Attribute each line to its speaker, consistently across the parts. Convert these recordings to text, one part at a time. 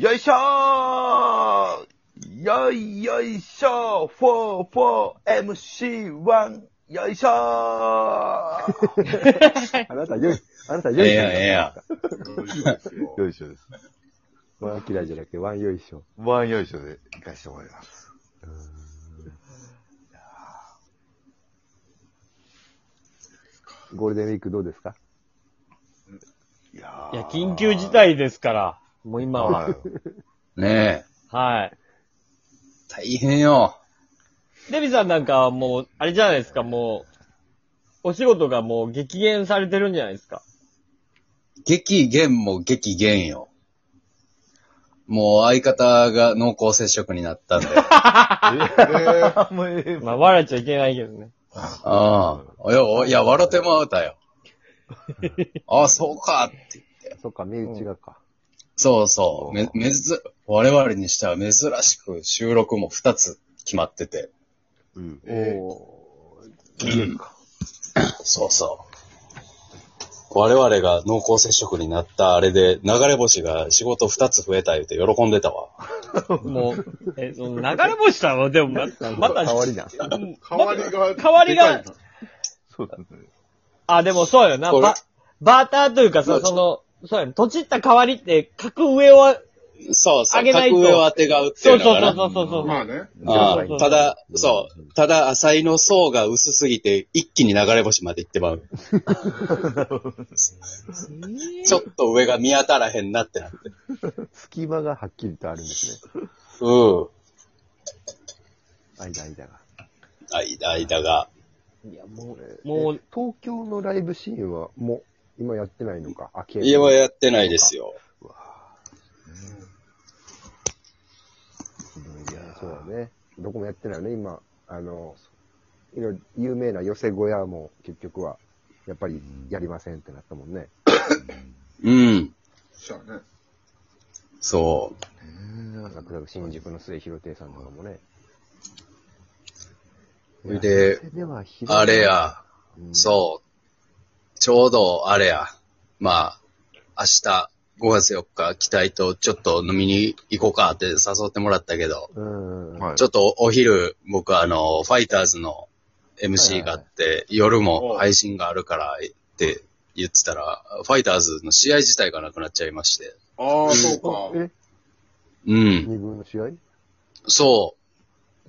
Speaker 1: よいしょーよいよいしょー !44MC1! よいしょー
Speaker 2: あなた、よい、あなた、よいしょ。
Speaker 3: ええやん、ええや
Speaker 1: よいしょです。
Speaker 2: ワン嫌いじゃなくて、ワンよいしょ。
Speaker 1: ワンよいしょで行かせてもらいます。
Speaker 2: ゴールデンウィークどうですか
Speaker 1: いや
Speaker 4: いや、緊急事態ですから、もう今は。
Speaker 1: は。
Speaker 3: ん。ねえ、
Speaker 4: は
Speaker 3: 大変よ。
Speaker 4: い。デビさんなんかはもう、あれじゃないですか、もう、お仕事がもう激減されてるんじゃないですか。
Speaker 3: 激減も激減よ。もう相方が濃厚接触になったん で。
Speaker 1: あもうええ
Speaker 4: まあ、笑っちゃいけないけどね。
Speaker 3: ああ。いや、いや、笑てまう たよ。ああ、そうかって。
Speaker 2: そっか、身内がか。
Speaker 3: そうそう。め、めず、我々にしては珍しく収録も2つ決まってて。
Speaker 1: うん
Speaker 2: おー、いいですか。
Speaker 3: そうそう。我々が濃厚接触になったあれで、流れ星が仕事2つ増えた言うて喜んでたわ。
Speaker 4: もう、え、その流れ星さんはでもま、また、
Speaker 2: 変わりだ。
Speaker 5: 代わりが、
Speaker 4: 代わりが
Speaker 5: でかい
Speaker 1: そうですね。
Speaker 4: あ、でもそうよな、
Speaker 3: これ
Speaker 4: バ、バーターというか
Speaker 3: ま
Speaker 4: さ、
Speaker 3: あ
Speaker 4: その、そうやん、とちった代わりって、格上を、
Speaker 3: そうそう。
Speaker 4: あげないと
Speaker 3: 格上を当てがうってい
Speaker 4: そううそうそう
Speaker 3: のかな。
Speaker 4: そうそうそ
Speaker 5: な
Speaker 4: う。
Speaker 5: まあね。
Speaker 3: あ
Speaker 4: そうそうそう
Speaker 3: あただ、そう。ただ、浅井の層が薄すぎて、一気に流れ星まで行ってま う。ちょっと上が見当たらへんなってなって。
Speaker 2: 隙間がはっきりとあるんですね。
Speaker 3: うん。
Speaker 2: 間、間が。
Speaker 3: 間、間が。
Speaker 2: いや、もう、
Speaker 4: もう、
Speaker 2: 東京のライブシーンは、もう、今やってないのか。あ、け
Speaker 3: 家はやってないですよ。
Speaker 2: そうだね。どこもやってないよね、今。あの、いろいろ有名な寄せ小屋も結局は、やっぱりやりませんってなったもんね。
Speaker 3: うん。
Speaker 5: そうね。
Speaker 3: そう。
Speaker 2: なんか新宿の末広亭さんとかもね。
Speaker 3: それで、あれや、
Speaker 2: うん、
Speaker 3: そう。ちょうど、あれや。まあ、明日、5月4日、期待とちょっと飲みに行こうかって誘ってもらったけど、
Speaker 2: うん。うん。
Speaker 1: はい。
Speaker 3: ちょっとお昼、僕あの、ファイターズの MC があって、夜も配信があるからって言ってたら、ファイターズの試合自体がなくなっちゃいまして。
Speaker 5: ああ、そうか。
Speaker 2: え、
Speaker 3: うん。
Speaker 2: 二軍の試合
Speaker 3: そ。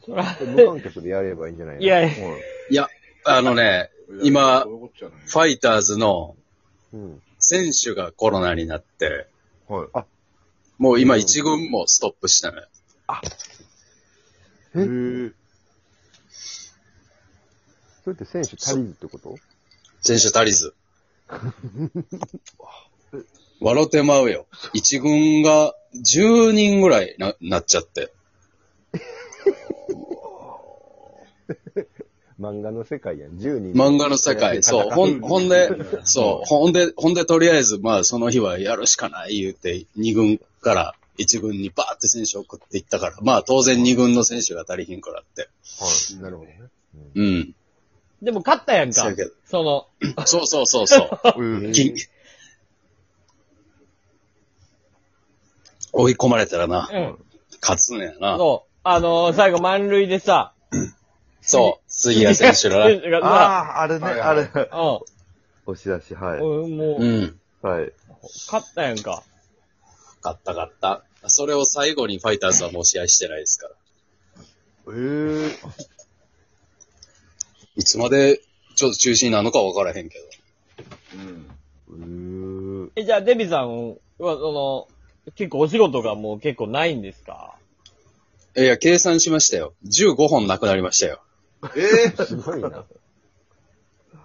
Speaker 4: そら、
Speaker 2: 無観客でやればいいんじゃないの
Speaker 4: いやいや、
Speaker 1: はいう
Speaker 3: いや、あのね、今
Speaker 5: そういうことじゃない
Speaker 3: ファイターズの
Speaker 2: うん。
Speaker 3: 選手がコロナになって、
Speaker 1: はい。
Speaker 3: もう今一軍もストップしたのよ。
Speaker 2: え
Speaker 1: へー
Speaker 2: それって選手足りずってこと
Speaker 3: 選手足り ず。笑うてまうよ。一軍が10人ぐらいな、なっちゃって。
Speaker 2: 漫画の世界やん。10人。
Speaker 3: 漫画の世界。そう。ほん、ほんで、そう。ほんで、ほんでとりあえず、まあその日はやるしかない言うて、二軍から一軍にバーって選手送っていったから、まあ当然二軍の選手が足りひんからって。
Speaker 2: なるほどね。
Speaker 3: うん。
Speaker 4: でも勝ったやん
Speaker 3: そ
Speaker 4: か
Speaker 3: うやけど。
Speaker 4: その、
Speaker 3: そうそうそうそう。
Speaker 1: うん
Speaker 3: き追い込まれたらな、
Speaker 4: うん。
Speaker 3: 勝つんやな。
Speaker 4: そう。あのー、最後満塁でさ。
Speaker 3: そう。杉谷選手がな。
Speaker 4: が
Speaker 1: あ
Speaker 4: な
Speaker 1: あ、あれね、
Speaker 5: はい
Speaker 1: あ
Speaker 5: はい
Speaker 1: れ。
Speaker 4: うん。
Speaker 1: 押し出し、はい。
Speaker 4: うんも
Speaker 3: う
Speaker 4: う、
Speaker 3: ん。
Speaker 1: はい。
Speaker 4: 勝ったやんか。
Speaker 3: 勝った勝った。それを最後にファイターズはもう試合してないですから。
Speaker 1: ええ。
Speaker 3: いつまで、ちょっと中止なのか分からへんけど。
Speaker 5: うん。
Speaker 1: う
Speaker 4: え、じゃあ、デビさんは、その、結構お仕事がもう結構ないんですか
Speaker 3: いや、計算しましたよ。15本なくなりましたよ。
Speaker 5: えー
Speaker 2: すごいな。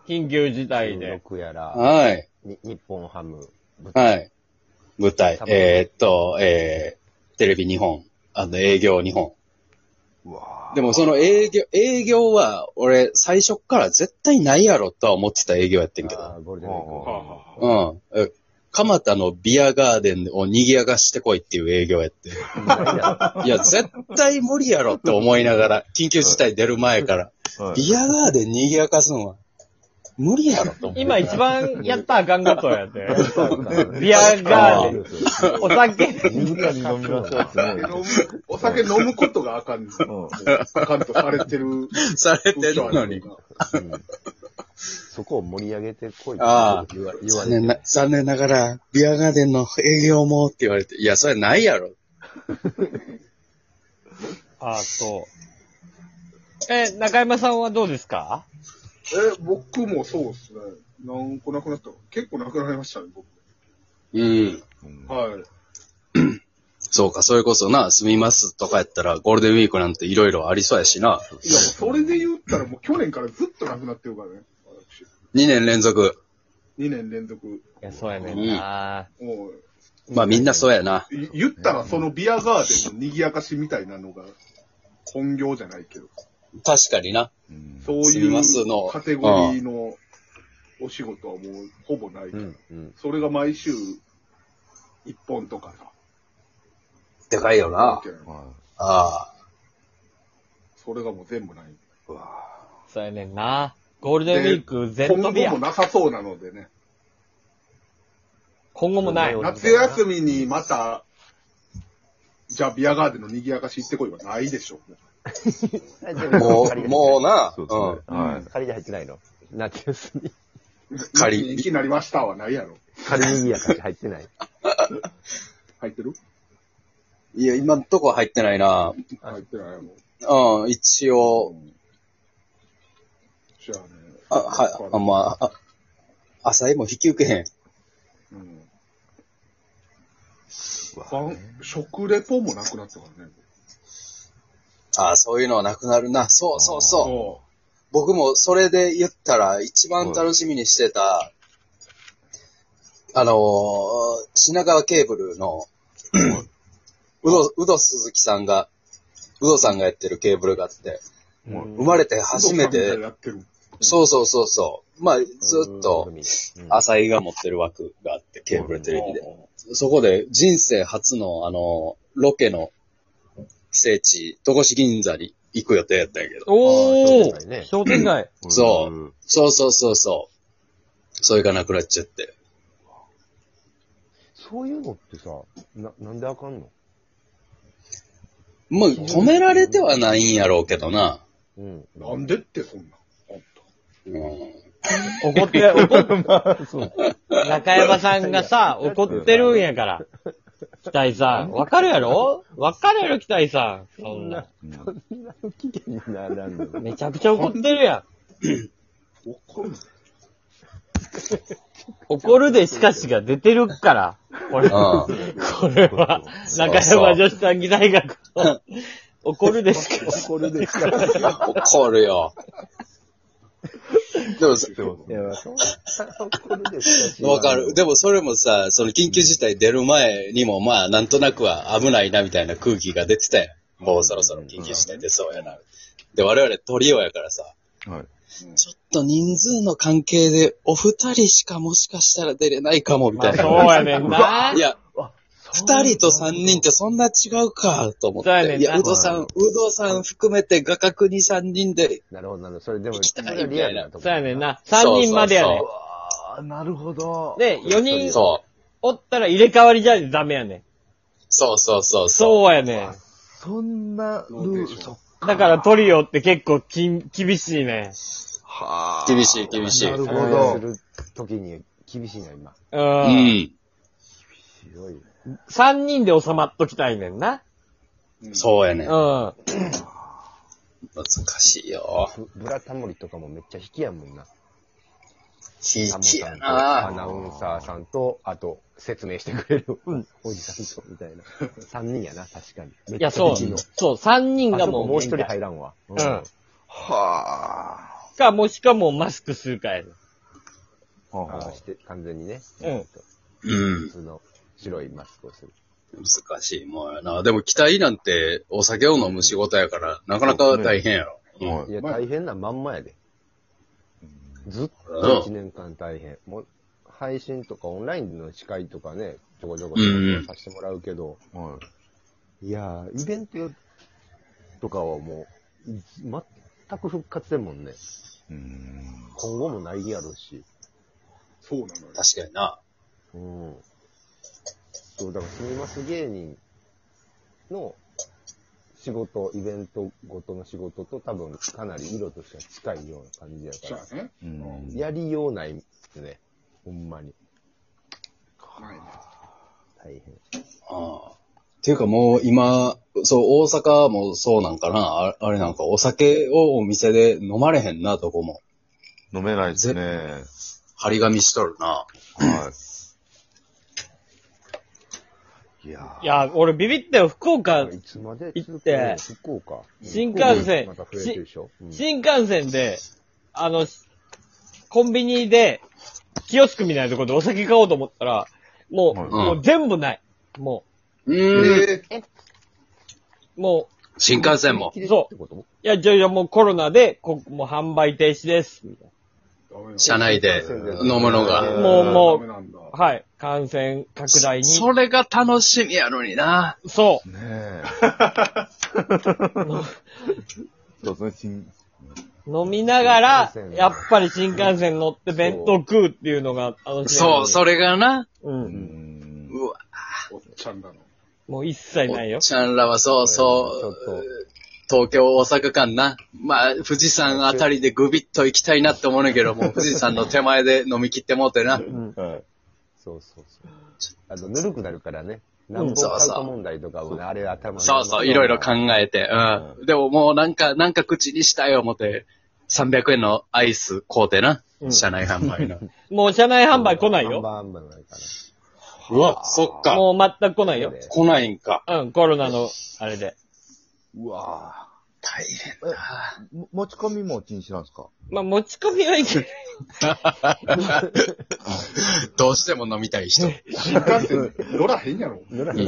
Speaker 4: 緊急事態で。
Speaker 2: 16やら、
Speaker 3: はい。
Speaker 2: に日本ハム。
Speaker 3: はい。舞台、えーっと、えー、テレビ2本、あの、営業2本。
Speaker 1: うわ
Speaker 3: でもその営業、営業は、俺、最初っから絶対ないやろとは思ってた営業やってんけ
Speaker 2: あ
Speaker 3: ど。
Speaker 2: ーゴールデンウィーク。
Speaker 1: ぁ。
Speaker 3: うん。え蒲田のビアガーデンを賑やかしてこいっていう営業やって。いや、絶対無理やろって思いながら、緊急事態出る前から。
Speaker 1: はい
Speaker 3: ビアガーデン賑やかすのは、無理やろと思う。
Speaker 4: 今一番やったらあかんことやで。ビ
Speaker 2: ビ
Speaker 4: アガーデン。
Speaker 2: ン。
Speaker 4: お酒。
Speaker 1: 静かに飲みましょうってね
Speaker 5: 飲むお酒飲むことがあかんです。
Speaker 1: うん
Speaker 5: あかんとされてる。
Speaker 3: されてるのに。
Speaker 2: うんそこを盛り上げてこいって
Speaker 3: ああ
Speaker 2: 言わ言わ
Speaker 3: 残
Speaker 2: れ
Speaker 3: 念
Speaker 2: て
Speaker 3: な、残念ながら、ビアガーデンの営業もって言われて、いや、それないやろ。
Speaker 4: あ、そう。え、中山さんはどうですか
Speaker 5: え、僕もそうですね。なんかなくなった。結構なくなりましたね、僕。
Speaker 3: うん。
Speaker 5: はい。
Speaker 3: そうか、それこそな、住みますとかやったら、ゴールデンウィークなんていろいろありそうやしな。
Speaker 5: いや、それで言ったらもう去年からずっとなくなってるからね。私。
Speaker 3: 2年連続。
Speaker 5: 2年連続。
Speaker 4: いや、そうやねんな。
Speaker 5: もう、
Speaker 3: まあみんなそうやな。
Speaker 5: い言ったらそのビアガーデンの賑やかしみたいなのが、本業じゃないけど、
Speaker 3: 確かにな。
Speaker 5: そう
Speaker 3: すみ
Speaker 5: い
Speaker 3: ますの
Speaker 5: うカテゴリーのお仕事はもうほぼない。
Speaker 2: うんうん
Speaker 5: それが毎週、一本とかさ。
Speaker 3: でかいよな。
Speaker 1: は
Speaker 3: あ
Speaker 5: それがもう全部ない。
Speaker 4: そうやねんな。ゴールデンウィーク、
Speaker 5: 今
Speaker 4: Z
Speaker 5: 後
Speaker 4: ビア
Speaker 5: も。なさそうなのでね。
Speaker 4: 今後もない。
Speaker 5: 夏休みにまた、じゃあビアガーデンの賑やかし行ってこいはないでしょ。
Speaker 3: あ。も う、もうな。
Speaker 1: そうですね。はい。
Speaker 2: 仮で入ってないの夏休み。
Speaker 3: 仮
Speaker 5: 人気になりましたはないやろ。
Speaker 2: 仮にぎやかし入ってない。
Speaker 5: 入ってる
Speaker 3: うん。いや、今んとこ入ってないな。
Speaker 5: 入ってないもん。
Speaker 3: うん、一応、
Speaker 5: じゃあね。
Speaker 3: あ、は、あまあ、あ浅井も引き受けへん。
Speaker 5: うん。晩食レポもなくなったからね。
Speaker 3: ああ、そういうのはなくなるな。そうそうそう。
Speaker 5: そ
Speaker 3: 僕もそれで言ったら、一番楽しみにしてた、あのー品川ケーブルの、うど、うど鈴木さんが、うどさんがやってるケーブルがあって、生まれて初め
Speaker 5: う。
Speaker 3: て、
Speaker 5: やってる。
Speaker 3: そうそうそうそう。まあ、ずっと、
Speaker 2: うん
Speaker 3: 浅井が持ってる枠があって、ケーブルテレビで。
Speaker 5: う
Speaker 3: そこで人生初の、あの、ロケの聖地、戸越銀座に行く予定やったんやけど。
Speaker 4: お
Speaker 2: あー商店街ね
Speaker 4: ー商店街。
Speaker 3: そう。そうそうそうそう。それがなくなっちゃって。
Speaker 2: そういうのってさ、な、なんであかんの
Speaker 3: まあ、止められてはないんやろうけどな。
Speaker 2: うん。
Speaker 5: んなんでってそんな。あんた
Speaker 3: うん。
Speaker 4: 怒って、怒って、中山さんがさ、怒ってるんやから。北井さん。わかるやろわかるやろ、北井さん。そんな。
Speaker 2: 不機嫌にならんの。
Speaker 4: めちゃくちゃ怒ってるやん。
Speaker 5: 怒る
Speaker 4: 怒るでしかしが出てるから。俺、こ
Speaker 3: うん。
Speaker 4: れは、中山女子短期大学の怒るでしかし。
Speaker 2: これでしか。
Speaker 3: 怒るよ。でもさ、
Speaker 2: いや、そんなこれでし
Speaker 3: わかる。でもそれもさ、その緊急事態出る前にも、まあ、なんとなくは危ないなみたいな空気が出てたやん。もうそろそろ緊急事態出そうやな。で、我々トリオやからさ、
Speaker 1: はい。
Speaker 3: ちょっと人数の関係で、お二人しかもしかしたら出れないかも、み
Speaker 4: ま
Speaker 3: たい
Speaker 4: あ、
Speaker 3: な。。
Speaker 4: そうやねんない
Speaker 3: や、二人と三人ってそんな違うか、と思っ
Speaker 4: そうやねん
Speaker 3: て。
Speaker 4: ない
Speaker 3: や、うどさん、うどさん含めて画角に三人で、
Speaker 2: なるほど、なるほど。それでも、
Speaker 3: 行きたい
Speaker 2: それはリアルとこ
Speaker 4: そうやねん。な。三人までやねん
Speaker 3: そう。
Speaker 1: ああ、なるほど。
Speaker 4: で、四人
Speaker 3: そう、
Speaker 4: おったら入れ替わりじゃダメやねん。
Speaker 3: そうそうそう。そう
Speaker 4: そうやねん。
Speaker 1: そんなル
Speaker 5: ロー
Speaker 1: ー
Speaker 5: テー
Speaker 1: ル、
Speaker 5: ション
Speaker 1: そっ
Speaker 4: だからトリオって結構きん厳しいね。
Speaker 1: は
Speaker 3: 厳しい、厳しい。
Speaker 1: な
Speaker 3: う
Speaker 1: る
Speaker 3: ん。
Speaker 1: ほ
Speaker 2: それをす
Speaker 1: ど。
Speaker 2: るときに厳しいな、今。
Speaker 4: う。
Speaker 3: うんん
Speaker 2: 強いね。
Speaker 4: 三人で収まっときたいねんな。
Speaker 3: そうや
Speaker 4: う
Speaker 3: ね
Speaker 4: ん。
Speaker 3: ん。
Speaker 4: 難
Speaker 3: 難しいよ。
Speaker 2: ブブラタモリとかもめっちゃ引きやもんな。
Speaker 3: ひ
Speaker 2: タモ
Speaker 3: き
Speaker 2: さ
Speaker 3: や
Speaker 2: んと、ア
Speaker 3: な
Speaker 2: ナウンサーさんと、あと、説明してくれる、おじさんと、みたいな。3人やな、確かに。めっ
Speaker 4: い
Speaker 2: ちゃ
Speaker 4: や、そう
Speaker 2: 敵の。
Speaker 4: そう、三人
Speaker 2: あそ
Speaker 4: が
Speaker 2: こ
Speaker 4: もう。
Speaker 2: もう一人入らんわ。う
Speaker 4: うん。
Speaker 1: はあ。
Speaker 4: か、もしかもうマスクするかやね
Speaker 1: ほうほ
Speaker 2: あ
Speaker 1: う
Speaker 2: して、完全にね。
Speaker 4: うん
Speaker 3: うん
Speaker 2: 普。通の白いマスクをする。
Speaker 3: 難しいもんやな。でも、期待なんて、お酒を飲む仕事やから、なかなか大変やろ。うん
Speaker 1: はい
Speaker 2: いや、
Speaker 5: まあ
Speaker 2: 大変なまんまやで。ずっ
Speaker 3: うん
Speaker 2: と1年間大変。もう、配信とかオンラインの司会とかね、ちょこちょこ
Speaker 3: うんうん
Speaker 2: させてもらうけど、
Speaker 1: はい
Speaker 2: やー、イベントとかはもう、全く復活でもんね。
Speaker 1: うん。
Speaker 2: 今後もないやろうし。
Speaker 5: そうなのよ。
Speaker 3: 確かにな。
Speaker 2: うん。そう、だから、住みます芸人の仕事、イベントごとの仕事と多分かなり色としては近いような感じや
Speaker 5: じ
Speaker 2: か
Speaker 5: ゃ
Speaker 2: ら、
Speaker 5: あね。
Speaker 1: うん。
Speaker 2: やりようないですね。ほんまに。
Speaker 5: ないね
Speaker 2: 大変。
Speaker 3: ああ。っていうかもう今、そう、大阪もそうなんかな、ああれなんかお酒をお店で飲まれへんな、どこも。
Speaker 1: 飲めないですね。
Speaker 3: 張り紙しとるな。
Speaker 1: はい。いや
Speaker 4: いや、俺ビビったよ、福岡、
Speaker 2: いつまで
Speaker 4: 行って
Speaker 2: 福岡。
Speaker 4: 新幹線
Speaker 2: また増えてるでしょ。うん
Speaker 4: 新幹線で、あの、コンビニで、キオスクみたいなところでお酒買おうと思ったら、もう、
Speaker 1: はい
Speaker 4: もう全部ない。も
Speaker 3: う
Speaker 5: え
Speaker 3: ーん。
Speaker 5: ー
Speaker 4: う、もう、
Speaker 3: 新幹線も。
Speaker 4: そ
Speaker 2: ってこと
Speaker 4: いや、じゃあじゃあもうコロナで、こもう販売停止です。みたい
Speaker 5: ダメなんだ
Speaker 3: 車内で飲むのが。
Speaker 4: もうもう
Speaker 5: ダメなんだ
Speaker 4: なはい。感染拡大に。
Speaker 3: それが楽しみやのにな。
Speaker 4: そ
Speaker 1: ー。ねえ。そうですね、新、
Speaker 4: う。飲みながら
Speaker 2: 新幹、線
Speaker 4: やっぱり新幹線乗って弁当食うっていうのが楽しい。
Speaker 3: そう、それがな。
Speaker 4: う。う。
Speaker 1: うんん。
Speaker 3: うわ、
Speaker 5: おっちゃんだの。
Speaker 4: もう一切ない
Speaker 3: お
Speaker 4: よ
Speaker 3: っ。ちゃんらはそう
Speaker 2: ちょ
Speaker 3: そ
Speaker 2: っ
Speaker 3: う。
Speaker 2: と、
Speaker 3: 東京、大阪間な。まあ、富士山あたりでグビッと行きたいなって思うねん けど、もう富士山の手前で飲み切ってもうてな。
Speaker 4: うん。
Speaker 1: はい。
Speaker 2: そうそうそう。あと、ぬるくなるからね。何本
Speaker 3: そう
Speaker 2: 買
Speaker 3: そう
Speaker 2: うか問題とかもね、あれ頭の中
Speaker 3: そうそう、いろいろ考えて。うん。でももうなんか、なんか口にしたい思て、300円のアイス買うてな
Speaker 4: う。ん
Speaker 3: 車内販売の。
Speaker 4: もう車内販売来ない
Speaker 2: ハンバー
Speaker 4: よ。
Speaker 2: ハンバーないか
Speaker 3: うわ、そっか。
Speaker 4: もう全く来ないよ
Speaker 2: な。。で
Speaker 3: 来ないんか。
Speaker 4: うん、コロナの、あれで。
Speaker 1: うわ
Speaker 3: 大変。
Speaker 1: ぁ。え、も持ち込みも禁止なんですか
Speaker 4: まあ、持ち込みはいいけど。
Speaker 3: どうしても飲みたい人。
Speaker 5: 新幹線乗らへんやろ。
Speaker 2: 乗らへん